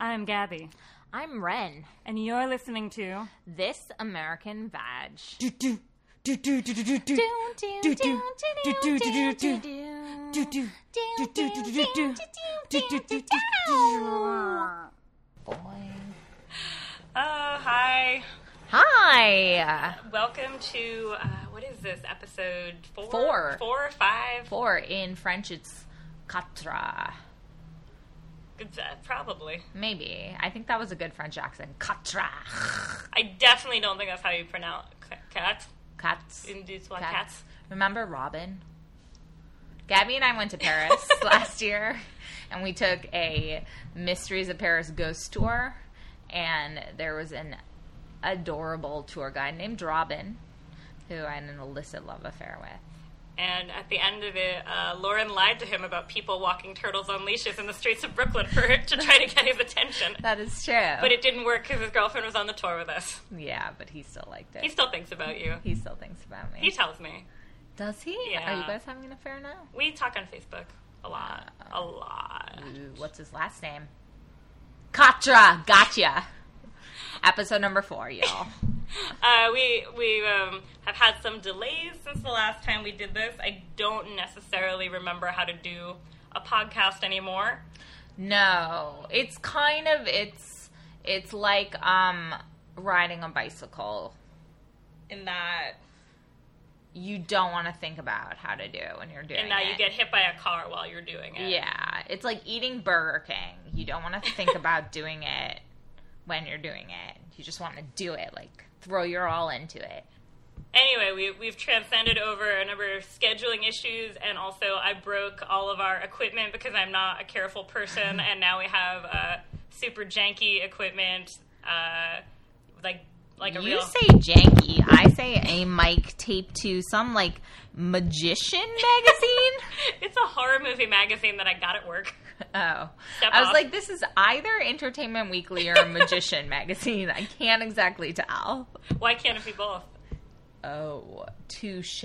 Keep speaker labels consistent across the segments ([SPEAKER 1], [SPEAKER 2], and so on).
[SPEAKER 1] I'm Gabby,
[SPEAKER 2] I'm Ren.
[SPEAKER 1] and you're listening to
[SPEAKER 2] This American Vag.
[SPEAKER 1] do do do do do do do do do do do do do do do do do do do do do do do do. Oh, hi.
[SPEAKER 2] Hi.
[SPEAKER 1] Welcome to uh, what is this episode four?
[SPEAKER 2] Four.
[SPEAKER 1] Four or five?
[SPEAKER 2] Four in French, it's quatre.
[SPEAKER 1] It's, uh, probably.
[SPEAKER 2] Maybe. I think that was a good French accent. Quatre.
[SPEAKER 1] I definitely don't think that's how you pronounce cat.
[SPEAKER 2] Cats.
[SPEAKER 1] In these what cats?
[SPEAKER 2] Remember Robin? Gabby and I went to Paris last year and we took a Mysteries of Paris ghost tour and there was an adorable tour guide named Robin who I had an illicit love affair with.
[SPEAKER 1] And at the end of it, uh, Lauren lied to him about people walking turtles on leashes in the streets of Brooklyn for to try to get his attention.
[SPEAKER 2] That is true.
[SPEAKER 1] But it didn't work because his girlfriend was on the tour with us.
[SPEAKER 2] yeah, but he still liked it.
[SPEAKER 1] He still thinks about you.
[SPEAKER 2] he still thinks about me.
[SPEAKER 1] He tells me.
[SPEAKER 2] Does he?
[SPEAKER 1] Yeah.
[SPEAKER 2] Are you guys having an affair now?
[SPEAKER 1] We talk on Facebook a lot.
[SPEAKER 2] Oh.
[SPEAKER 1] A lot.
[SPEAKER 2] Ooh, what's his last name? Katra. Gotcha. Episode number four, y'all.
[SPEAKER 1] Uh, we we um, have had some delays since the last time we did this. I don't necessarily remember how to do a podcast anymore.
[SPEAKER 2] No, it's kind of it's it's like um riding a bicycle.
[SPEAKER 1] In that,
[SPEAKER 2] You don't want to think about how to do it when you're doing
[SPEAKER 1] and now
[SPEAKER 2] it.
[SPEAKER 1] you get hit by a car while you're doing it.
[SPEAKER 2] yeah, it's like eating Burger King. You don't want to think about doing it when you're doing it. You just want to do it, like throw your all into it.
[SPEAKER 1] Anyway, we, we've transcended over a number of scheduling issues, and also I broke all of our equipment because I'm not a careful person, and now we have uh, super janky equipment, uh, like like a
[SPEAKER 2] you
[SPEAKER 1] real.
[SPEAKER 2] say janky. I say a mic taped to some like magician magazine.
[SPEAKER 1] it's a horror movie magazine that I got at work.
[SPEAKER 2] Oh.
[SPEAKER 1] Step
[SPEAKER 2] I was
[SPEAKER 1] off.
[SPEAKER 2] like, this is either Entertainment Weekly or Magician Magazine. I can't exactly tell.
[SPEAKER 1] Why can't it be both?
[SPEAKER 2] Oh, touche.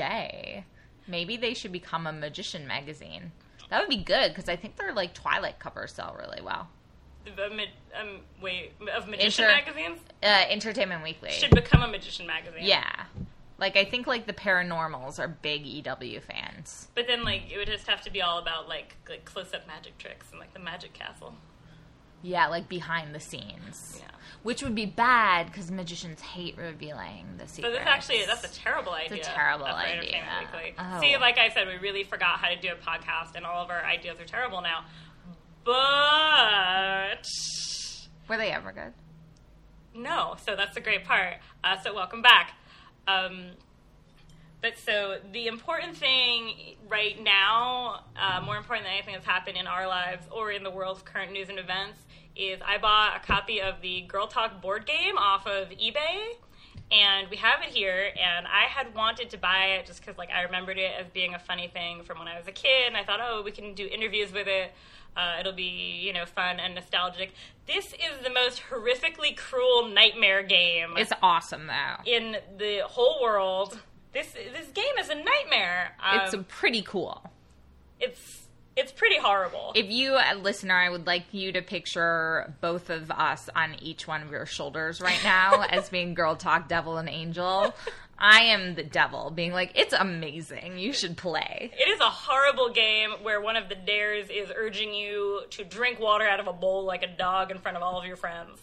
[SPEAKER 2] Maybe they should become a Magician Magazine. That would be good because I think their like Twilight covers sell really well.
[SPEAKER 1] The ma- um, wait, of magician
[SPEAKER 2] Inter-
[SPEAKER 1] magazines
[SPEAKER 2] Uh, Entertainment Weekly.
[SPEAKER 1] should become a magician magazine.
[SPEAKER 2] yeah. Like I think like the Paranormals are big EW fans.
[SPEAKER 1] but then like it would just have to be all about like like close up magic tricks and like the magic castle.
[SPEAKER 2] Yeah, like behind the scenes.
[SPEAKER 1] Yeah.
[SPEAKER 2] Which would be bad because magicians hate revealing the secrets.
[SPEAKER 1] So this actually that's a terrible idea.
[SPEAKER 2] terrible
[SPEAKER 1] That's for
[SPEAKER 2] idea.
[SPEAKER 1] Entertainment Weekly.
[SPEAKER 2] Oh.
[SPEAKER 1] See, like I said, we really forgot how to do a podcast, and all of our ideas are terrible now. But
[SPEAKER 2] Were they ever good?
[SPEAKER 1] no, so that's the great part. Uh, so welcome back. Um, but so the important thing right now, uh, more important than anything that's happened in our lives or in the world's current news and events, is I bought a copy of the Girl Talk board game off of eBay, and we have it here. And I had wanted to buy it just because, like, I remembered it as being a funny thing from when I was a kid, and I thought, oh, we can do interviews with it. Uh, it'll be, you know, fun and nostalgic. This is the most horrifically cruel nightmare game
[SPEAKER 2] It's awesome though.
[SPEAKER 1] in the whole world. This this game is a nightmare. Um,
[SPEAKER 2] it's pretty cool.
[SPEAKER 1] it's it's pretty horrible.
[SPEAKER 2] If you, a listener, I would like you to picture both of us on each one of your shoulders right now as being girl talk, devil, and angel. I am the devil, being like, it's amazing. You should play.
[SPEAKER 1] it is a horrible game where one of the dares is urging you to drink water out of a bowl like a dog in front of all of your friends.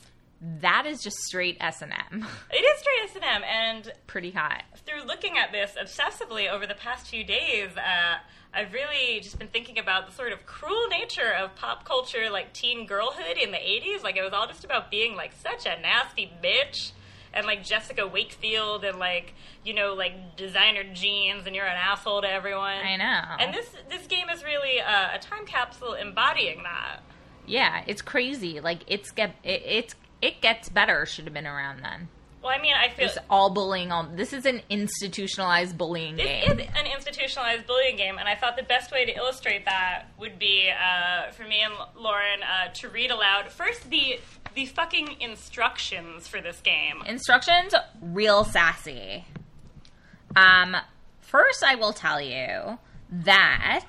[SPEAKER 2] That is just straight S and M.
[SPEAKER 1] It is straight S and M, and
[SPEAKER 2] Pretty hot.
[SPEAKER 1] through looking at this obsessively over the past few days, uh, I've really just been thinking about the sort of cruel nature of pop culture, like teen girlhood in the 80s. Like, it was all just about being, like, such a nasty bitch. And, like, Jessica Wakefield and, like, you know, like, designer jeans, and you're an asshole to everyone.
[SPEAKER 2] I know.
[SPEAKER 1] And this, this game is really uh, a time capsule embodying that.
[SPEAKER 2] yeah, it's crazy. Like it's get it, it's it gets better. Should have been around then.
[SPEAKER 1] Well, I mean, I feel.
[SPEAKER 2] It's all bullying. All this is an institutionalized bullying game.
[SPEAKER 1] This is an institutionalized bullying game, and I thought the best way to illustrate that would be uh, for me and Lauren uh, to read aloud first the the fucking instructions for this game.
[SPEAKER 2] Instructions, real sassy. Um, first, I will tell you that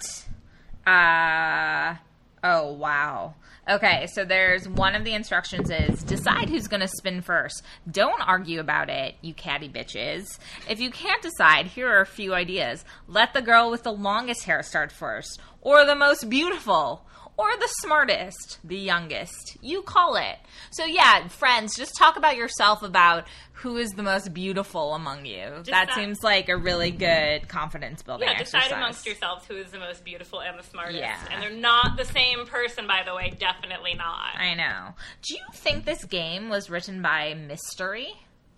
[SPEAKER 2] uh, Oh wow. Okay, so there's one of the instructions is decide who's going to spin first. Don't argue about it, you catty bitches. If you can't decide, here are a few ideas. Let the girl with the longest hair start first, or the most beautiful, or the smartest, the youngest. You call it. So yeah, friends, just talk about yourself about who is the most beautiful among you. that,
[SPEAKER 1] that-
[SPEAKER 2] seems like a really good confidence building
[SPEAKER 1] Yeah, Uh, decide
[SPEAKER 2] exercise.
[SPEAKER 1] amongst yourselves who is the most beautiful and the smartest.
[SPEAKER 2] Yeah.
[SPEAKER 1] And they're not the same person, by the way. Definitely not.
[SPEAKER 2] I know. Do you think this game was written by Mystery,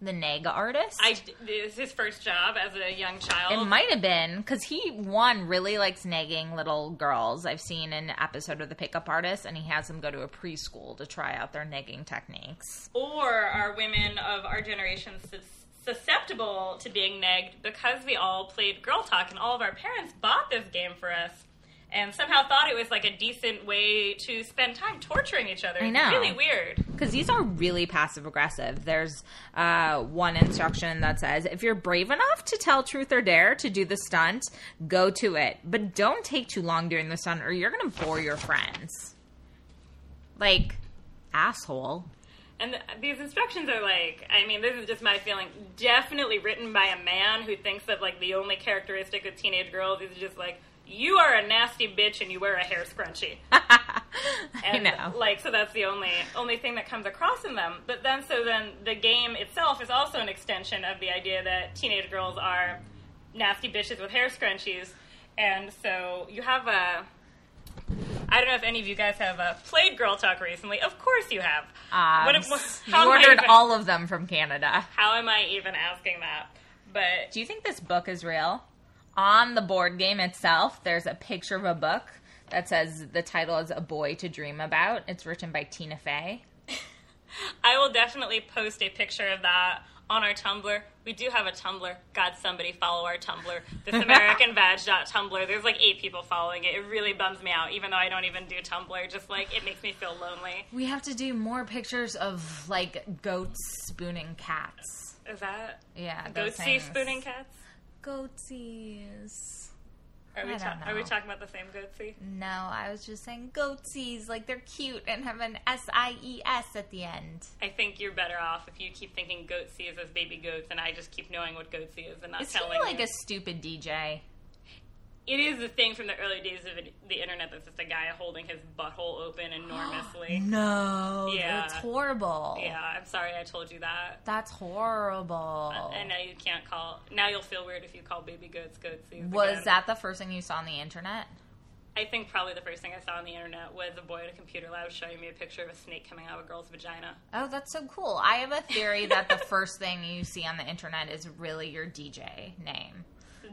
[SPEAKER 2] the Neg artist?
[SPEAKER 1] I, this is his first job as a young child.
[SPEAKER 2] it might have been because he one really likes nagging little girls. I've seen an episode of The Pickup Artist, and he has them go to a preschool to try out their nagging techniques.
[SPEAKER 1] or are women of our generation sus- susceptible to being negged because we all played Girl Talk and all of our parents bought this game for us and somehow thought it was like a decent way to spend time torturing each other.
[SPEAKER 2] I know.
[SPEAKER 1] It's really weird.
[SPEAKER 2] Because these are really passive aggressive. There's uh, one instruction that says if you're brave enough to tell truth or dare to do the stunt, go to it. But don't take too long doing the stunt or you're going to bore your friends. Like, asshole.
[SPEAKER 1] And th- these instructions are like, I mean, this is just my feeling, definitely written by a man who thinks that like the only characteristic of teenage girls is just like, you are a nasty bitch and you wear a hair scrunchie. and
[SPEAKER 2] I know.
[SPEAKER 1] like so that's the only only thing that comes across in them but then so then the game itself is also an extension of the idea that teenage girls are nasty bitches with hair scrunchies and so you have a I don't know if any of you guys have uh, played Girl Talk recently. Of course you have.
[SPEAKER 2] Um,
[SPEAKER 1] What if-
[SPEAKER 2] you
[SPEAKER 1] am I
[SPEAKER 2] ordered
[SPEAKER 1] even-
[SPEAKER 2] all of them from Canada.
[SPEAKER 1] How am I even asking that? But
[SPEAKER 2] Do you think this book is real? On the board game itself, there's a picture of a book that says the title is A Boy to Dream About. It's written by Tina Fey.
[SPEAKER 1] I will definitely post a picture of that on our Tumblr. We do have a Tumblr. God, somebody follow our Tumblr. This American Tumblr. There's like eight people following it. It really bums me out, even though I don't even do Tumblr. Just like it makes me feel lonely.
[SPEAKER 2] We have to do more pictures of like goats spooning cats.
[SPEAKER 1] Is that
[SPEAKER 2] Yeah,
[SPEAKER 1] goat sea spooning cats?
[SPEAKER 2] Goatsies.
[SPEAKER 1] Are we,
[SPEAKER 2] I
[SPEAKER 1] ta-
[SPEAKER 2] don't
[SPEAKER 1] are we
[SPEAKER 2] know. Mm.
[SPEAKER 1] talking about the same goat sea?
[SPEAKER 2] No, I was just saying goatsies, like they're cute and have an S I E S at the end.
[SPEAKER 1] I think you're better off if you keep thinking goat seas as baby goats, and I just keep knowing what goat sea is and not
[SPEAKER 2] Is he
[SPEAKER 1] telling
[SPEAKER 2] like
[SPEAKER 1] you.
[SPEAKER 2] a stupid DJ?
[SPEAKER 1] it is the thing from the early days of it- the internet that's just a guy holding his butthole open enormously.
[SPEAKER 2] No,
[SPEAKER 1] Yeah.
[SPEAKER 2] that's horrible.
[SPEAKER 1] Yeah, I'm sorry I told you that.
[SPEAKER 2] That's horrible.
[SPEAKER 1] Uh, And now you can't call. Now you'll feel weird if you call baby goats goat seeds.
[SPEAKER 2] Was
[SPEAKER 1] again.
[SPEAKER 2] that the first thing you saw on the internet?
[SPEAKER 1] I think probably the first thing I saw on the internet was a boy at a computer lab showing me a picture of a snake coming out of a girl's vagina.
[SPEAKER 2] Oh, that's so cool. I have a theory that the first thing you see on the internet is really your DJ name.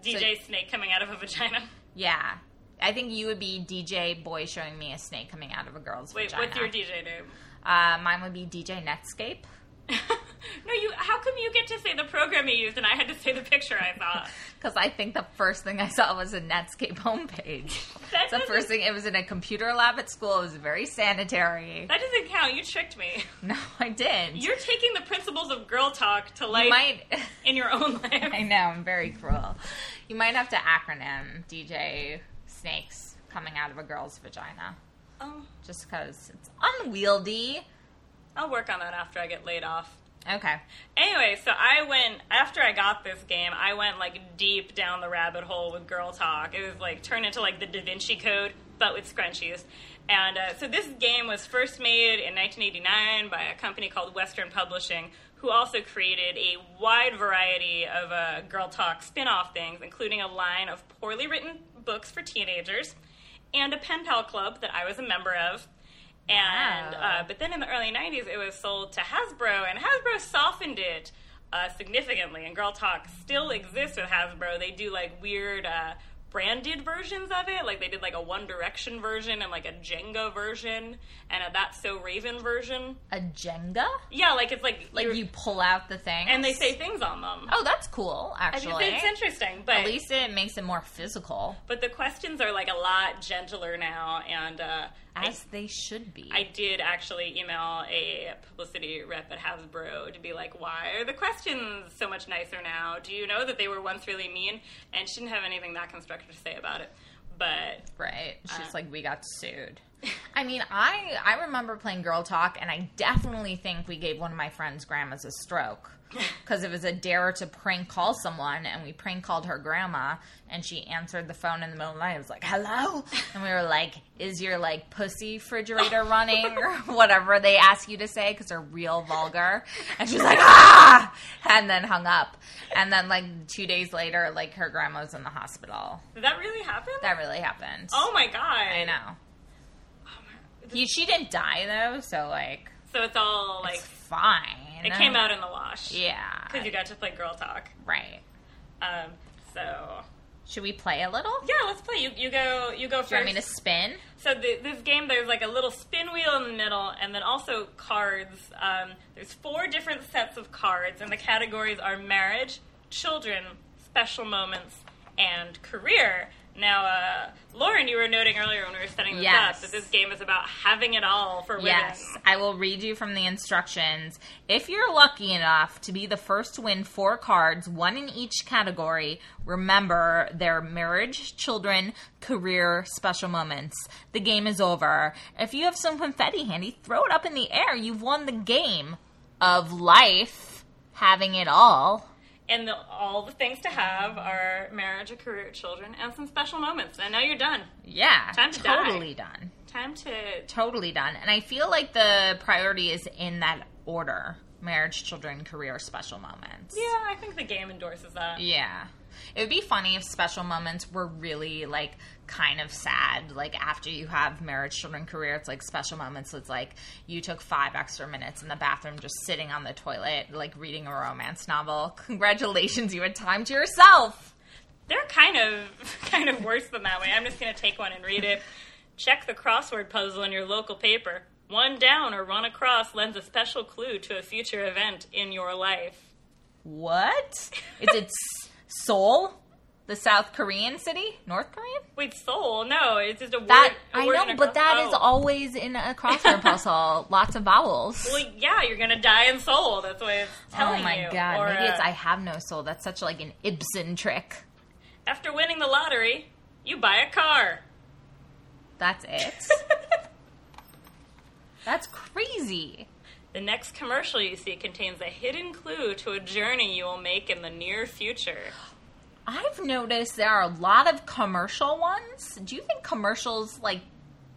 [SPEAKER 1] DJ snake coming out of a vagina.
[SPEAKER 2] Yeah. I think you would be DJ boy showing me a snake coming out of a girl's
[SPEAKER 1] Wait,
[SPEAKER 2] vagina.
[SPEAKER 1] what's your DJ name?
[SPEAKER 2] Uh, mine would be DJ Netscape.
[SPEAKER 1] no, you. How come you get to say the program you used and I had to say the picture I saw?
[SPEAKER 2] Because I think the first thing I saw was a Netscape homepage.
[SPEAKER 1] That
[SPEAKER 2] It's the
[SPEAKER 1] doesn't-
[SPEAKER 2] first thing. It was in a computer lab at school. It was very sanitary.
[SPEAKER 1] That doesn't count. You tricked me.
[SPEAKER 2] No, I didn't.
[SPEAKER 1] You're taking the principles of girl talk to life
[SPEAKER 2] you might.
[SPEAKER 1] in your own life.
[SPEAKER 2] I know, I'm very cruel. You might have to acronym DJ snakes coming out of a girl's vagina
[SPEAKER 1] Oh,
[SPEAKER 2] just because it's unwieldy.
[SPEAKER 1] I'll work on that after I get laid off.
[SPEAKER 2] Okay.
[SPEAKER 1] Anyway, so I went after I got this game. I went like deep down the rabbit hole with girl talk. It was like turned into like the Da Vinci Code, but with scrunchies. And uh, so this game was first made in 1989 by a company called Western Publishing, who also created a wide variety of uh, girl talk spin-off things, including a line of poorly written books for teenagers and a pen pal club that I was a member of. And
[SPEAKER 2] Wow.
[SPEAKER 1] uh, but then in the early '90s, it was sold to Hasbro, and Hasbro softened it uh, significantly. And Girl Talk still exists with Hasbro. They do like weird uh, branded versions of it, like they did like a One Direction version and like a Jenga version and a That's So Raven version.
[SPEAKER 2] A Jenga?
[SPEAKER 1] Yeah, like it's like
[SPEAKER 2] Like
[SPEAKER 1] you're-
[SPEAKER 2] you pull out the thing.
[SPEAKER 1] and they say things on them.
[SPEAKER 2] Oh, that's cool,
[SPEAKER 1] I think
[SPEAKER 2] actually.
[SPEAKER 1] it's interesting, but
[SPEAKER 2] At least it makes it more physical,
[SPEAKER 1] but the questions are like a lot gentler now, and uh, I
[SPEAKER 2] as they should be.
[SPEAKER 1] I did actually email a publicity rep at Hasbro to be like, why are the questions so much nicer now? Do you know that they were once really mean? And she didn't have anything that constructive to say about it. But
[SPEAKER 2] right. She's like, we got sued. Um, I mean, I I remember playing Girl Talk, and I definitely think we gave one of my friends' grandmas a stroke because it was a dare to prank call someone, and we prank called her grandma, and she answered the phone in the middle of the night. It was like, "Hello," and we were like, "Is your like pussy refrigerator running or whatever they ask you to say?" Because they're real vulgar, and she was like, "Ah," and then hung up, and then like two days later, like her grandma was in the hospital.
[SPEAKER 1] Did that really happen?
[SPEAKER 2] That really happened.
[SPEAKER 1] oh my god!
[SPEAKER 2] I know.
[SPEAKER 1] Oh
[SPEAKER 2] He, she didn't die though, so like
[SPEAKER 1] So it's all like
[SPEAKER 2] it's fine.
[SPEAKER 1] it came out in the wash.
[SPEAKER 2] Yeah.
[SPEAKER 1] because you got to play girl talk.
[SPEAKER 2] right.
[SPEAKER 1] Um, so
[SPEAKER 2] Should we play a little?
[SPEAKER 1] yeah, let's play. You you go you go
[SPEAKER 2] Do you
[SPEAKER 1] first.
[SPEAKER 2] want me to spin?
[SPEAKER 1] So the, this game, there's like a little spin wheel in the middle, and then also cards. Um, there's four different sets of cards, and the categories are marriage, children, special moments, and career. Now, uh, Lauren, you were noting earlier when we were setting this
[SPEAKER 2] Yes.
[SPEAKER 1] up that this game is about having it all for women.
[SPEAKER 2] Yes, I will read you from the instructions. If you're lucky enough to be the first to win four cards, one in each category, remember their marriage, children, career, special moments. The game is over. If you have some confetti handy, throw it up in the air. You've won the game of life, having it all.
[SPEAKER 1] And the, all the things to have are marriage, a career, children, and some special moments. And now you're done.
[SPEAKER 2] Yeah,
[SPEAKER 1] Time to die.
[SPEAKER 2] totally done.
[SPEAKER 1] Time to.
[SPEAKER 2] Totally done. And I feel like the priority is in that order marriage, children, career, special moments.
[SPEAKER 1] Yeah, I think the game endorses that.
[SPEAKER 2] Yeah. It would be funny if special moments were really like kind of sad. Like after you have marriage, children, career, it's like special moments. It's like you took five extra minutes in the bathroom just sitting on the toilet, like reading a romance novel. Congratulations, you had time to yourself.
[SPEAKER 1] They're kind of kind of worse than that way. I'm just gonna take one and read it. Check the crossword puzzle in your local paper. One down or run across lends a special clue to a future event in your life.
[SPEAKER 2] What? Is it S- Seoul? The South Korean city? North Korean?
[SPEAKER 1] Wait, soul? No, it's just a word.
[SPEAKER 2] That
[SPEAKER 1] a
[SPEAKER 2] I
[SPEAKER 1] word
[SPEAKER 2] know,
[SPEAKER 1] and a
[SPEAKER 2] but
[SPEAKER 1] cross-
[SPEAKER 2] that is
[SPEAKER 1] oh.
[SPEAKER 2] always in a crossword puzzle. Lots of vowels.
[SPEAKER 1] Well, yeah, you're gonna die in soul. That's what it's
[SPEAKER 2] oh
[SPEAKER 1] telling you.
[SPEAKER 2] my god!
[SPEAKER 1] Or,
[SPEAKER 2] Maybe it's
[SPEAKER 1] uh,
[SPEAKER 2] I have no soul. That's such like an Ibsen trick.
[SPEAKER 1] after winning the lottery, you buy a car.
[SPEAKER 2] That's it. That's crazy.
[SPEAKER 1] The next commercial you see contains a hidden clue to a journey you will make in the near future.
[SPEAKER 2] I've noticed there are a lot of commercial ones. Do you think commercials like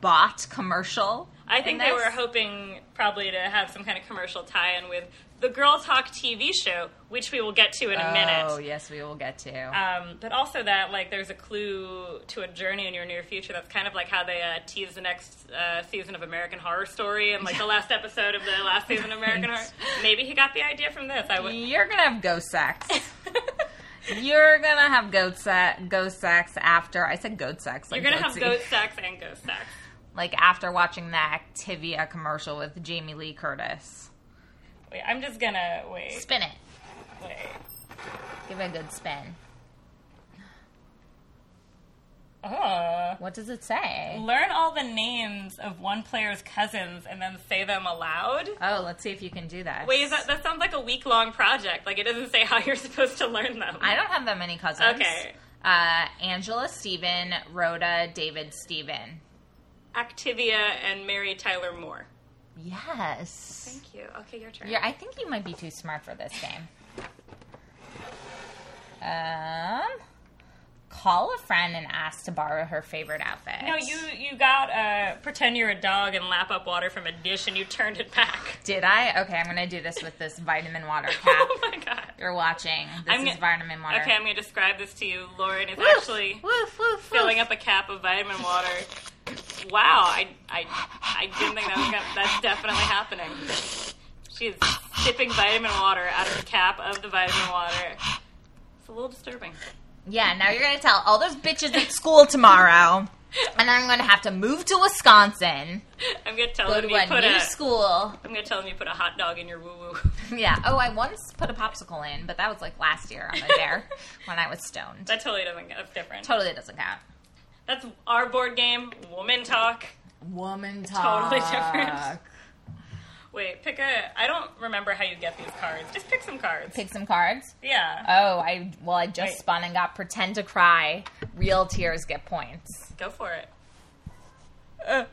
[SPEAKER 2] bought commercial?
[SPEAKER 1] I
[SPEAKER 2] in
[SPEAKER 1] think they
[SPEAKER 2] this?
[SPEAKER 1] were hoping probably to have some kind of commercial tie-in with the Girl Talk TV show, which we will get to in a
[SPEAKER 2] Oh
[SPEAKER 1] minute.
[SPEAKER 2] yes, we will get to.
[SPEAKER 1] Um, but also that like there's a clue to a journey in your near future. That's kind of like how they uh, tease the next uh, season of American Horror Story and like the last episode of the last season of American
[SPEAKER 2] Right.
[SPEAKER 1] Horror. Maybe he got the idea from this. I would.
[SPEAKER 2] You're gonna have ghost sex. You're gonna have goat se- ghost sex after I said goat sex. Like
[SPEAKER 1] You're gonna have
[SPEAKER 2] goatsy.
[SPEAKER 1] goat sex and ghost sex.
[SPEAKER 2] like after watching the Activia commercial with Jamie Lee Curtis.
[SPEAKER 1] Wait, I'm just gonna wait.
[SPEAKER 2] Spin it.
[SPEAKER 1] Wait.
[SPEAKER 2] Give it a good spin.
[SPEAKER 1] Oh.
[SPEAKER 2] What does it say?
[SPEAKER 1] Learn all the names of one player's cousins and then say them aloud.
[SPEAKER 2] Oh, let's see if you can do that.
[SPEAKER 1] Wait, is that that sounds like a week long project. Like it doesn't say how you're supposed to learn them.
[SPEAKER 2] I don't have that many cousins.
[SPEAKER 1] Okay.
[SPEAKER 2] Uh, Angela Steven, Rhoda, David Steven.
[SPEAKER 1] Activia and Mary Tyler Moore.
[SPEAKER 2] Yes.
[SPEAKER 1] Thank you. Okay, your turn.
[SPEAKER 2] You're, I think you might be too smart for this game. Um, call a friend and ask to borrow her favorite outfit.
[SPEAKER 1] No, you you got uh, pretend you're a dog and lap up water from a dish and you turned it back.
[SPEAKER 2] Did I? Okay, I'm gonna do this with this vitamin water cap.
[SPEAKER 1] oh my god.
[SPEAKER 2] You're watching. This
[SPEAKER 1] I'm
[SPEAKER 2] is
[SPEAKER 1] gonna-
[SPEAKER 2] vitamin water.
[SPEAKER 1] Okay, I'm gonna describe this to you. Lauren is
[SPEAKER 2] Woof,
[SPEAKER 1] actually
[SPEAKER 2] woof, woof,
[SPEAKER 1] filling
[SPEAKER 2] woof.
[SPEAKER 1] up a cap of vitamin water. Wow, I I I didn't think that was gonna, that's definitely happening. She's sipping vitamin water out of the cap of the vitamin water. It's a little disturbing.
[SPEAKER 2] Yeah, now you're gonna tell all those bitches at school tomorrow, and I'm gonna have to move to Wisconsin,
[SPEAKER 1] I'm gonna tell
[SPEAKER 2] go
[SPEAKER 1] them
[SPEAKER 2] to
[SPEAKER 1] you
[SPEAKER 2] a
[SPEAKER 1] put
[SPEAKER 2] new
[SPEAKER 1] a.
[SPEAKER 2] school.
[SPEAKER 1] am gonna tell them you put a hot dog in your woo woo.
[SPEAKER 2] Yeah. Oh, I once put a popsicle in, but that was like last year on a dare when I was stoned.
[SPEAKER 1] That totally doesn't. That's different.
[SPEAKER 2] Totally doesn't count.
[SPEAKER 1] That's our board game, Woman Talk.
[SPEAKER 2] Woman talk.
[SPEAKER 1] Totally different. Wait, pick a. I don't remember how you get these cards. Just pick some cards.
[SPEAKER 2] Pick some cards.
[SPEAKER 1] Yeah,
[SPEAKER 2] Oh, I well, I just
[SPEAKER 1] Wait.
[SPEAKER 2] spun and got pretend to cry. Real tears get points.
[SPEAKER 1] go for it.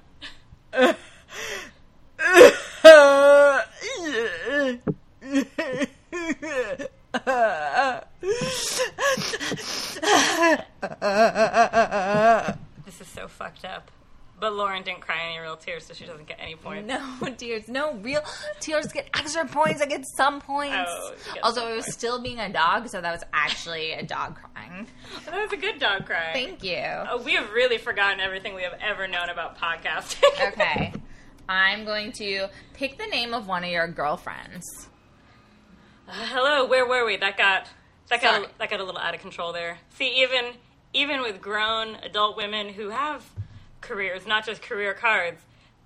[SPEAKER 1] This is so fucked up. But Lauren didn't cry any real tears, so she doesn't get any points.
[SPEAKER 2] No tears, no real tears. Get extra points. I get some points.
[SPEAKER 1] Oh, you get
[SPEAKER 2] Although
[SPEAKER 1] some
[SPEAKER 2] it was still being a dog, so that was actually a dog crying.
[SPEAKER 1] That was a good dog cry.
[SPEAKER 2] Thank you.
[SPEAKER 1] Mm-hmm. Oh, we have really forgotten everything we have ever known about podcasting.
[SPEAKER 2] Okay, I'm going to pick the name of one of your girlfriends.
[SPEAKER 1] Uh, hello, where were we? That got that got
[SPEAKER 2] Sorry.
[SPEAKER 1] that got a little out of control there. See, even even with grown adult women who have careers, not just career cards,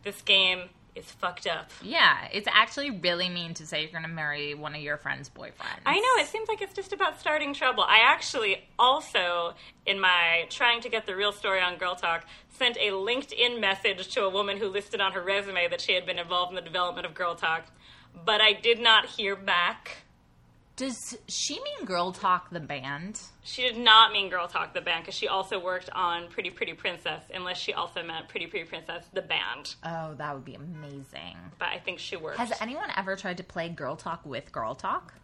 [SPEAKER 1] this game is fucked up.
[SPEAKER 2] Yeah, it's actually really mean to say you're going to marry one of your friend's boyfriends.
[SPEAKER 1] I know, it seems like it's just about starting trouble. I actually also, in my trying to get the real story on Girl Talk, sent a LinkedIn message to a woman who listed on her resume that she had been involved in the development of Girl Talk, but I did not hear back.
[SPEAKER 2] Does she mean Girl Talk the band?
[SPEAKER 1] She did not mean Girl Talk the band because she also worked on Pretty Pretty Princess, unless she also meant Pretty Pretty Princess the band.
[SPEAKER 2] Oh, that would be amazing.
[SPEAKER 1] But I think she worked.
[SPEAKER 2] Has anyone ever tried to play Girl Talk with Girl Talk?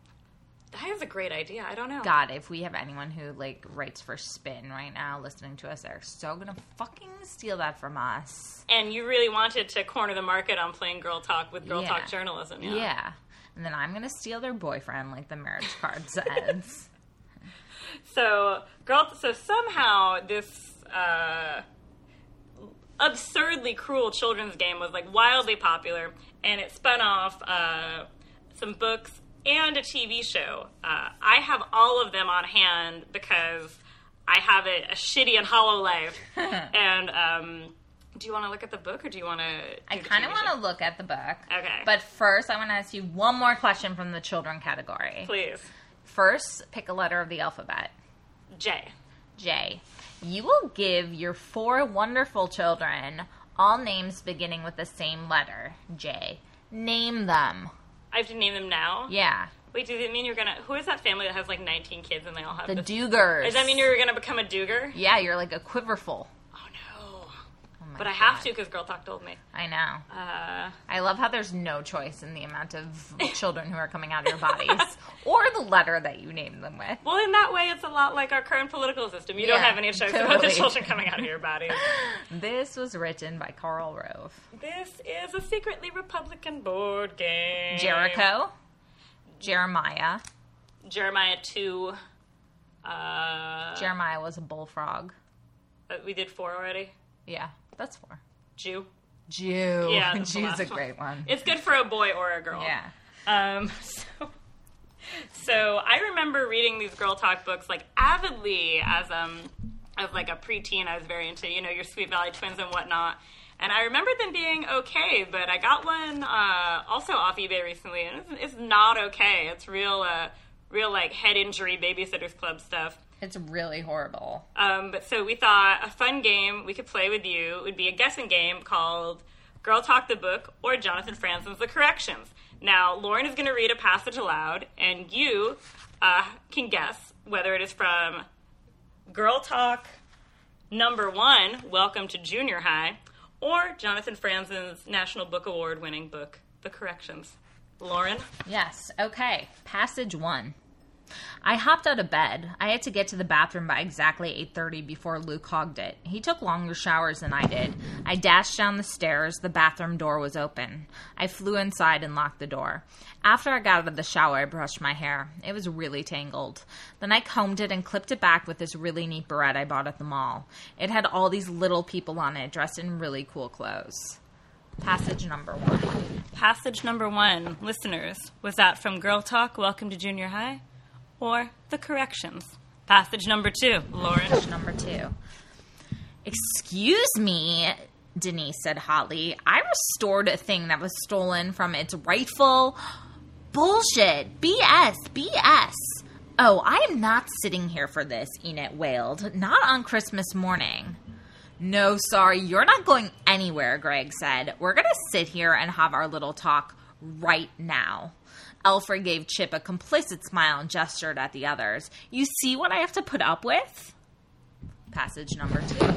[SPEAKER 1] that is a great idea. I don't know.
[SPEAKER 2] God, if we have anyone who like writes for Spin right now listening to us, they're so gonna fucking steal that from us.
[SPEAKER 1] And you really wanted to corner the market on playing Girl Talk with Girl
[SPEAKER 2] Yeah.
[SPEAKER 1] Talk journalism.
[SPEAKER 2] Yeah. And then I'm gonna steal their boyfriend, like the marriage card says.
[SPEAKER 1] So girl, so somehow this uh, absurdly cruel children's game was like wildly popular, and it spun off uh, some books and a TV show. Uh, I have all of them on hand because I have a, a shitty and hollow life. and um, do you want to look at the book, or do you want to?
[SPEAKER 2] I kind of want to look at the book.
[SPEAKER 1] Okay.
[SPEAKER 2] But first, I want to ask you one more question from the children category.
[SPEAKER 1] Please,
[SPEAKER 2] First, pick a letter of the alphabet.
[SPEAKER 1] Jay.
[SPEAKER 2] J. You will give your four wonderful children all names beginning with the same letter, J. Name them.
[SPEAKER 1] I have to name them now.
[SPEAKER 2] Yeah.
[SPEAKER 1] Wait, does it mean you're gonna? Who is that family that has like 19 kids and they all have
[SPEAKER 2] The
[SPEAKER 1] this-
[SPEAKER 2] Dugars.
[SPEAKER 1] Does that mean you're gonna become a Duger?
[SPEAKER 2] Yeah, you're like a quiverful.
[SPEAKER 1] Oh no!
[SPEAKER 2] Oh my
[SPEAKER 1] But I have
[SPEAKER 2] God.
[SPEAKER 1] to because Girl Talk told me.
[SPEAKER 2] I know.
[SPEAKER 1] Uh,
[SPEAKER 2] I love how there's no choice in the amount of children who are coming out of your bodies or the letter that you name them with.
[SPEAKER 1] well, in that way, it's a lot like our current political system. You don't
[SPEAKER 2] Yeah,
[SPEAKER 1] have any choice about the
[SPEAKER 2] totally.
[SPEAKER 1] children coming out of your body.
[SPEAKER 2] This was written by Carl Rove.
[SPEAKER 1] this is a secretly Republican board game.
[SPEAKER 2] Jericho, Jeremiah.
[SPEAKER 1] Uh. Jeremiah two. Uh,
[SPEAKER 2] Jeremiah was a bullfrog.
[SPEAKER 1] we did four already.
[SPEAKER 2] Yeah, that's four.
[SPEAKER 1] Jew.
[SPEAKER 2] Jew.
[SPEAKER 1] Yeah, that's the
[SPEAKER 2] Jew's
[SPEAKER 1] last
[SPEAKER 2] a
[SPEAKER 1] one.
[SPEAKER 2] great one.
[SPEAKER 1] It's good for a boy or a girl.
[SPEAKER 2] Yeah.
[SPEAKER 1] Um, so, so I remember reading these girl talk books like avidly as um as like a preteen. I was very into you know your Sweet Valley Twins and whatnot. And I remember them being okay, but I got one uh, also off eBay recently, and it's, it's not okay. It's real, uh, real like head injury babysitters club stuff.
[SPEAKER 2] It's really horrible.
[SPEAKER 1] Um, but so we thought a fun game we could play with you would be a guessing game called Girl Talk the Book or Jonathan Franzen's The Corrections. Now, Lauren is going to read a passage aloud, and you uh, can guess whether it is from Girl Talk number one, Welcome to Junior High, or Jonathan Franzen's National Book Award winning book, The Corrections. Lauren?
[SPEAKER 2] Yes. Okay. Passage one. I hopped out of bed. I had to get to the bathroom by exactly 8:30 before Luke hogged it. He took longer showers than I did. I dashed down the stairs. The bathroom door was open. I flew inside and locked the door. After I got out of the shower, I brushed my hair. It was really tangled. Then I combed it and clipped it back with this really neat beret I bought at the mall. It had all these little people on it dressed in really cool clothes. Passage number 1.
[SPEAKER 1] Passage number one, listeners, was that from Girl Talk, Welcome to Junior High, or The Corrections? Passage number two, Lauren.
[SPEAKER 2] number two. Excuse me, Denise said hotly. I restored a thing that was stolen from its rightful bullshit. BS, BS. Oh, I am not sitting here for this, Enid wailed. Not on Christmas morning. No, sorry, you're not going anywhere, Greg said. We're going to sit here and have our little talk right now. Alfred gave Chip a complicit smile and gestured at the others. You see what I have to put up with? Passage number two.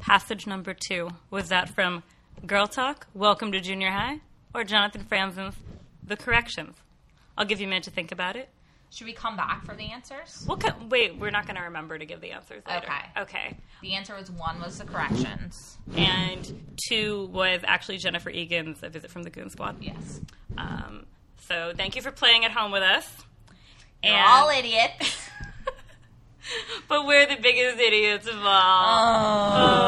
[SPEAKER 1] Passage number two, was that from Girl Talk, Welcome to Junior High, or Jonathan Franzen's The Corrections. I'll give you a minute to think about it.
[SPEAKER 2] Should we come back for the answers?
[SPEAKER 1] We'll co- wait, we're not going to remember to give the answers later.
[SPEAKER 2] Okay.
[SPEAKER 1] Okay.
[SPEAKER 2] The answer was one was the corrections.
[SPEAKER 1] And two was actually Jennifer Egan's A Visit from the Goon Squad.
[SPEAKER 2] Yes.
[SPEAKER 1] Um, so thank you for playing at home with us.
[SPEAKER 2] You're all idiots.
[SPEAKER 1] but we're the biggest idiots of all.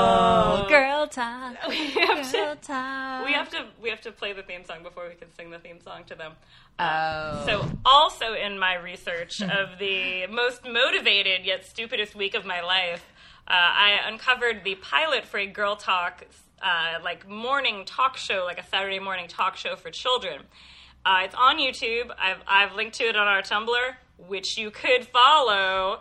[SPEAKER 2] Oh,
[SPEAKER 1] Oh.
[SPEAKER 2] girl talk.
[SPEAKER 1] we, have
[SPEAKER 2] Girl
[SPEAKER 1] to,
[SPEAKER 2] talk.
[SPEAKER 1] we have to we have to play the theme song before we can sing the theme song to them.
[SPEAKER 2] Oh.
[SPEAKER 1] So, also in my research of the most motivated yet stupidest week of my life, uh, I uncovered the pilot for a girl talk, uh, like morning talk show, like a Saturday morning talk show for children. Uh, it's on YouTube. I've, I've linked to it on our Tumblr, which you could follow.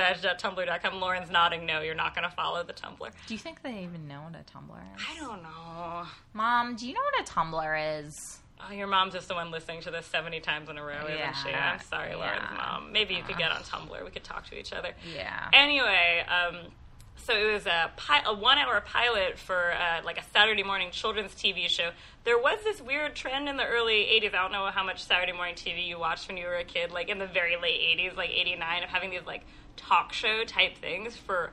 [SPEAKER 1] ThisAmericanVeg.tumblr.com. Lauren's nodding. No, you're not going to follow the Tumblr.
[SPEAKER 2] do you think they even know what a Tumblr is?
[SPEAKER 1] I don't know.
[SPEAKER 2] Mom, do you know what a Tumblr is?
[SPEAKER 1] Oh, your mom's just the one listening to this 70 times in a row,
[SPEAKER 2] Yeah.
[SPEAKER 1] isn't she? I'm sorry, Lauren's
[SPEAKER 2] Yeah.
[SPEAKER 1] mom. Maybe you could get on Tumblr. We could talk to each other.
[SPEAKER 2] Yeah.
[SPEAKER 1] Anyway, um, so it was a, pi- a one hour pilot for uh, like a Saturday morning children's TV show. There was this weird trend in the early 80s. I don't know how much Saturday morning TV you watched when you were a kid, like in the very late 80s, like 89, of having these like talk show type things for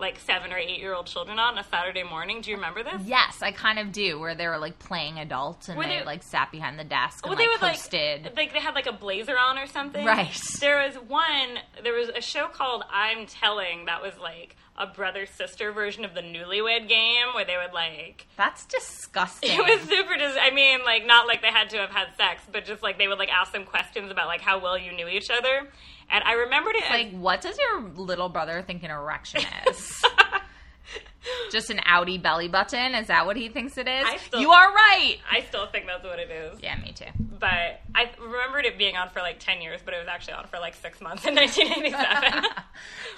[SPEAKER 1] like seven or eight year old children on a Saturday morning. Do you remember this?
[SPEAKER 2] Yes, I kind of do. Where they were like playing adults and
[SPEAKER 1] Were
[SPEAKER 2] they,
[SPEAKER 1] they-
[SPEAKER 2] like sat behind the desk and
[SPEAKER 1] well, they
[SPEAKER 2] like
[SPEAKER 1] would like
[SPEAKER 2] hosted.
[SPEAKER 1] like they had like a blazer on or something.
[SPEAKER 2] Right.
[SPEAKER 1] There was one. There was a show called I'm Telling that was like a brother sister version of the Newlywed Game, where they would like
[SPEAKER 2] That's disgusting.
[SPEAKER 1] it was super. Dis- I mean, like not like they had to have had sex, but just like they would like ask them questions about like how well you knew each other. And I remembered it. as-
[SPEAKER 2] like, what does your little brother think an erection is? Just an outie belly button? Is that what he thinks it is?
[SPEAKER 1] I still-
[SPEAKER 2] you are right.
[SPEAKER 1] I still think that's what it is.
[SPEAKER 2] Yeah, me too.
[SPEAKER 1] But I remembered it being on for like ten years, but it was actually on for like six months in 1987.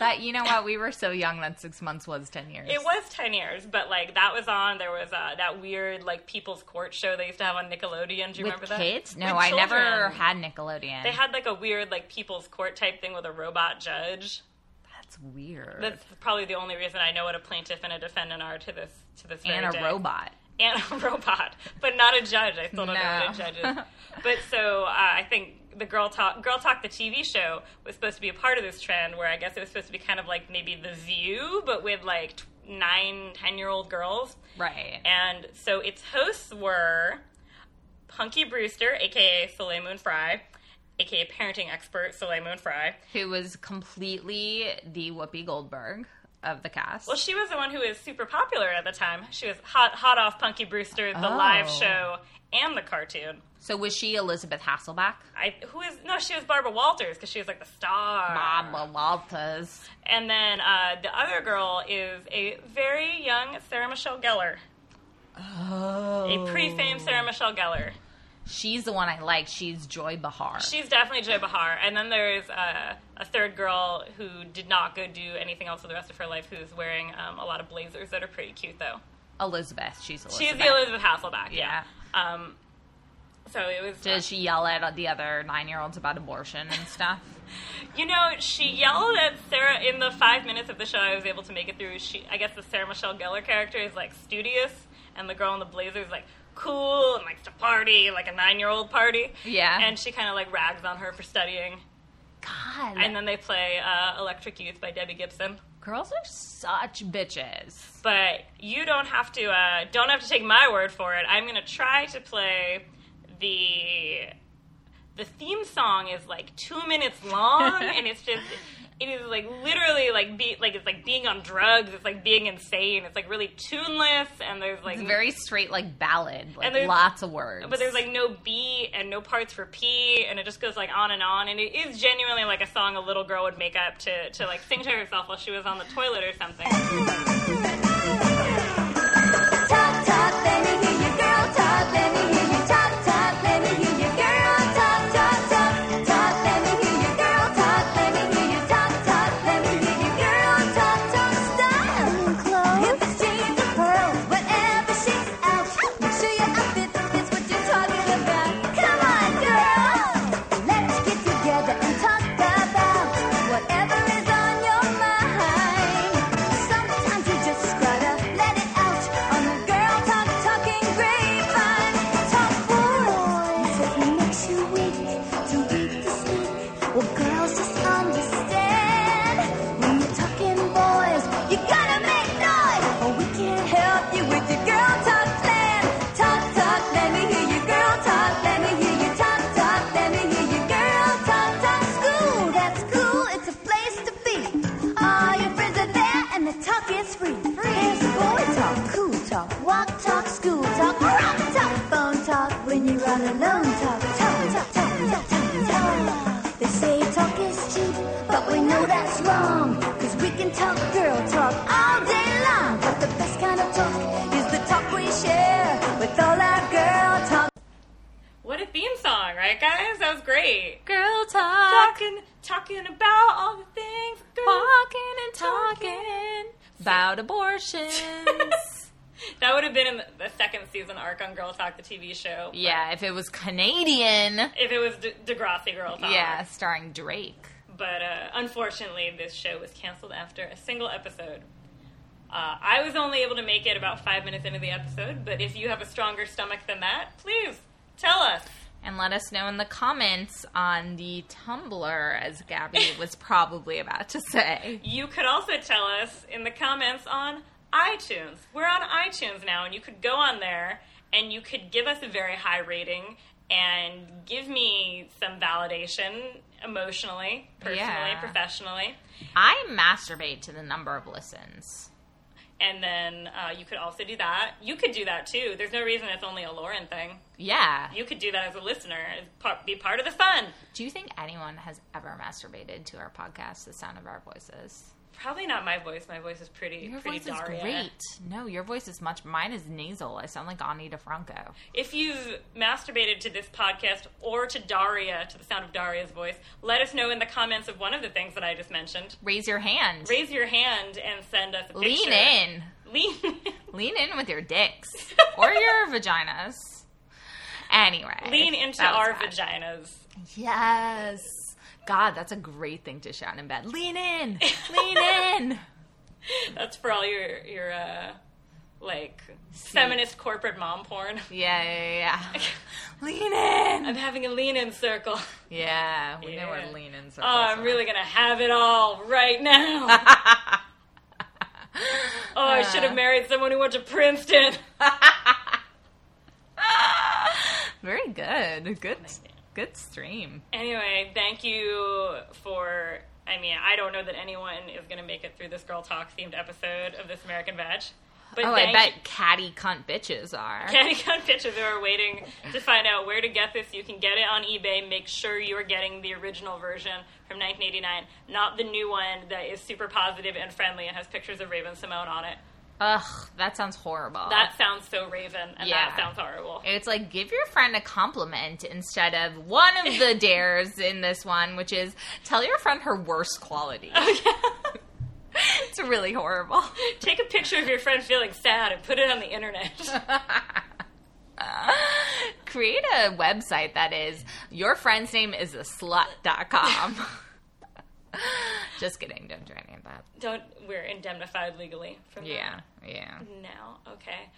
[SPEAKER 2] That you know what? We were so young that six months was ten years.
[SPEAKER 1] It was ten years, but like that was on. There was uh, that weird like people's court show they used to have on Nickelodeon. Do you
[SPEAKER 2] with
[SPEAKER 1] remember that?
[SPEAKER 2] kids. No,
[SPEAKER 1] With
[SPEAKER 2] I never
[SPEAKER 1] children.
[SPEAKER 2] had Nickelodeon.
[SPEAKER 1] They had like a weird like people's court type thing with a robot judge.
[SPEAKER 2] That's weird.
[SPEAKER 1] That's probably the only reason I know what a plaintiff and a defendant are to this to this very
[SPEAKER 2] and a
[SPEAKER 1] day.
[SPEAKER 2] robot.
[SPEAKER 1] and a robot, but not a judge. I still don't know what a
[SPEAKER 2] No.
[SPEAKER 1] judge is. But so uh, I think the girl talk, girl talk, the TV show was supposed to be a part of this trend, where I guess it was supposed to be kind of like maybe The View, but with like t- nine, ten year old girls.
[SPEAKER 2] Right.
[SPEAKER 1] And so its hosts were Punky Brewster, aka Soleil Moon Fry, aka parenting expert Soleil Moon Fry.
[SPEAKER 2] who was completely the Whoopi Goldberg of the cast.
[SPEAKER 1] Well, she was the one who was super popular at the time. She was hot, hot off Punky Brewster, the
[SPEAKER 2] Oh.
[SPEAKER 1] live show and the cartoon.
[SPEAKER 2] so was she Elizabeth Hasselback?
[SPEAKER 1] I who is no, she was Barbara Walters because she was like the star.
[SPEAKER 2] Bob Walters.
[SPEAKER 1] And then uh, the other girl is a very young Sarah Michelle Gellar,
[SPEAKER 2] Oh.
[SPEAKER 1] a pre-fame Sarah Michelle Gellar.
[SPEAKER 2] She's the one I like. She's Joy Behar.
[SPEAKER 1] She's definitely Joy Behar. And then there's uh, a third girl who did not go do anything else for the rest of her life who's wearing um, a lot of blazers that are pretty cute, though.
[SPEAKER 2] Elizabeth. She's Elizabeth.
[SPEAKER 1] She's the Elizabeth Hasselback, yeah.
[SPEAKER 2] Yeah.
[SPEAKER 1] Um, so it was.
[SPEAKER 2] Does she yell at the other nine-year-olds about abortion and stuff?
[SPEAKER 1] You know, she yelled at Sarah in the five minutes of the show I was able to make it through. She, I guess the Sarah Michelle Gellar character is like studious, and the girl in the blazer is like cool and likes to party, like a nine year old party.
[SPEAKER 2] Yeah.
[SPEAKER 1] And she kind of like rags on her for studying.
[SPEAKER 2] God,
[SPEAKER 1] And then they play uh, Electric Youth by Debbie Gibson.
[SPEAKER 2] girls are such bitches.
[SPEAKER 1] But you don't have to uh, don't have to take my word for it. I'm gonna try to play the the theme song is like two minutes long, and it's just it is like literally like be like it's like being on drugs. It's like being insane. It's like really tuneless, and there's like
[SPEAKER 2] It's a very straight, like ballad, like
[SPEAKER 1] Mm-hmm. And there's-
[SPEAKER 2] lots of words.
[SPEAKER 1] but there's like no B and no parts for P, and it just goes like on and on. And it is genuinely like a song a little girl would make up to, to like sing to herself while she was on the toilet or something.
[SPEAKER 3] Talk, talk, let me hear your girl talk. Let me hear your talk, talk. Let me hear your girl talk, talk, talk. Talk, let me hear your girl talk. Let me hear your talk, talk. Let me hear your girl talk, talk. Style and clothes, hip exchange of pearls, whatever she's out. Make sure your outfit fits what you're talking about. Come on, girl. Let's get together and talk about whatever is on your mind. Sometimes you just Don't talk, talk, talk, talk, talk, talk. They say talk is cheap, but we know that's wrong. Cause we can talk girl talk all day long. But the best kind of talk is the talk we share with all our girl talk.
[SPEAKER 1] What a theme song, right, guys? That was great.
[SPEAKER 2] Girl talk.
[SPEAKER 1] Talking, talking about all the things. girls-
[SPEAKER 2] Walking and talking about abortions.
[SPEAKER 1] That would have been in the- the second season arc on Girl Talk, the TV show.
[SPEAKER 2] yeah, if it was Canadian.
[SPEAKER 1] If it was De- Degrassi Girl Talk.
[SPEAKER 2] Yeah, starring Drake.
[SPEAKER 1] But uh, unfortunately, this show was canceled after a single episode. Uh, I was only able to make it about five minutes into the episode, but if you have a stronger stomach than that, please tell us.
[SPEAKER 2] And let us know in the comments on the Tumblr, as Gabby was probably about to say.
[SPEAKER 1] You could also tell us in the comments on iTunes. We're on iTunes now, and you could go on there and you could give us a very high rating and give me some validation emotionally, personally,
[SPEAKER 2] Yeah.
[SPEAKER 1] professionally.
[SPEAKER 2] I masturbate to the number of listens.
[SPEAKER 1] And then uh, you could also do that. You could do that too. There's no reason it's only a Lauren thing.
[SPEAKER 2] Yeah.
[SPEAKER 1] You could do that as a listener, as part, be part of the fun.
[SPEAKER 2] Do you think anyone has ever masturbated to our podcast, The Sound of Our Voices?
[SPEAKER 1] Probably not my voice. My voice is pretty,
[SPEAKER 2] Your
[SPEAKER 1] pretty
[SPEAKER 2] voice
[SPEAKER 1] Daria.
[SPEAKER 2] is great. No, your voice is much. Mine is nasal. I sound like Ani DeFranco.
[SPEAKER 1] If you've masturbated to this podcast or to Daria, to the sound of Daria's voice, let us know in the comments of one of the things that I just mentioned.
[SPEAKER 2] Raise your hand.
[SPEAKER 1] Raise your hand and send us a
[SPEAKER 2] Lean
[SPEAKER 1] picture.
[SPEAKER 2] in.
[SPEAKER 1] Lean in.
[SPEAKER 2] Lean in with your dicks or your vaginas. Anyway,
[SPEAKER 1] Lean into
[SPEAKER 2] that was
[SPEAKER 1] our
[SPEAKER 2] bad.
[SPEAKER 1] vaginas.
[SPEAKER 2] Yes. God, that's a great thing to shout in bed. Lean in. Lean in.
[SPEAKER 1] That's for all your, your uh, like, feminist corporate mom porn.
[SPEAKER 2] Yeah, yeah, yeah. Lean in.
[SPEAKER 1] I'm having a lean in circle.
[SPEAKER 2] Yeah, we know
[SPEAKER 1] Yeah.
[SPEAKER 2] we're leaning.
[SPEAKER 1] Oh, I'm really gonna have it all right now. oh, I should
[SPEAKER 2] Uh.
[SPEAKER 1] have married someone who went to Princeton.
[SPEAKER 2] Very good. Good. Good stream.
[SPEAKER 1] Anyway, thank you for. I mean, I don't know that anyone is gonna make it through this girl talk themed episode of this American Veg. But
[SPEAKER 2] Oh, I
[SPEAKER 1] thank
[SPEAKER 2] bet catty cunt bitches are.
[SPEAKER 1] Candy Con Pictures who are waiting to find out where to get this. You can get it on eBay. Make sure you are getting the original version from 1989, not the new one that is super positive and friendly and has pictures of Raven Simone on it.
[SPEAKER 2] Ugh, that sounds horrible.
[SPEAKER 1] That sounds so Raven, and
[SPEAKER 2] Yeah.
[SPEAKER 1] that sounds horrible.
[SPEAKER 2] It's like give your friend a compliment instead of one of the dares in this one, which is tell your friend her worst quality. it's really horrible.
[SPEAKER 1] Take a picture of your friend feeling sad and put it on the internet.
[SPEAKER 2] Create a website that is your friend's name is a slut.com. Just kidding, don't do any of that.
[SPEAKER 1] Don't. We're indemnified legally from that.
[SPEAKER 2] Yeah, yeah.
[SPEAKER 1] Now, okay.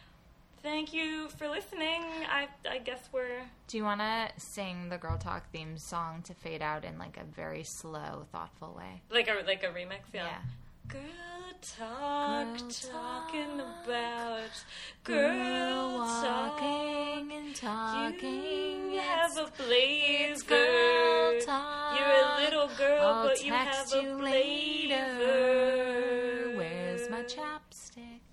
[SPEAKER 1] Thank you for listening. I I guess we're.
[SPEAKER 2] Do you want to sing the Girl Talk theme song to fade out in like a very slow, thoughtful way?
[SPEAKER 1] Like a like a remix, yeah.
[SPEAKER 2] Yeah.
[SPEAKER 1] Girl talk,
[SPEAKER 2] Girl
[SPEAKER 1] talking
[SPEAKER 2] talk.
[SPEAKER 1] about
[SPEAKER 2] Girl
[SPEAKER 1] girl
[SPEAKER 2] walking and
[SPEAKER 1] talk.
[SPEAKER 2] talking.
[SPEAKER 1] You
[SPEAKER 2] it's
[SPEAKER 1] have a blazer.
[SPEAKER 2] girl talk.
[SPEAKER 1] You're a little girl,
[SPEAKER 2] I'll
[SPEAKER 1] but you have
[SPEAKER 2] text
[SPEAKER 1] a
[SPEAKER 2] you
[SPEAKER 1] blazer.
[SPEAKER 2] later. Where's my chapstick?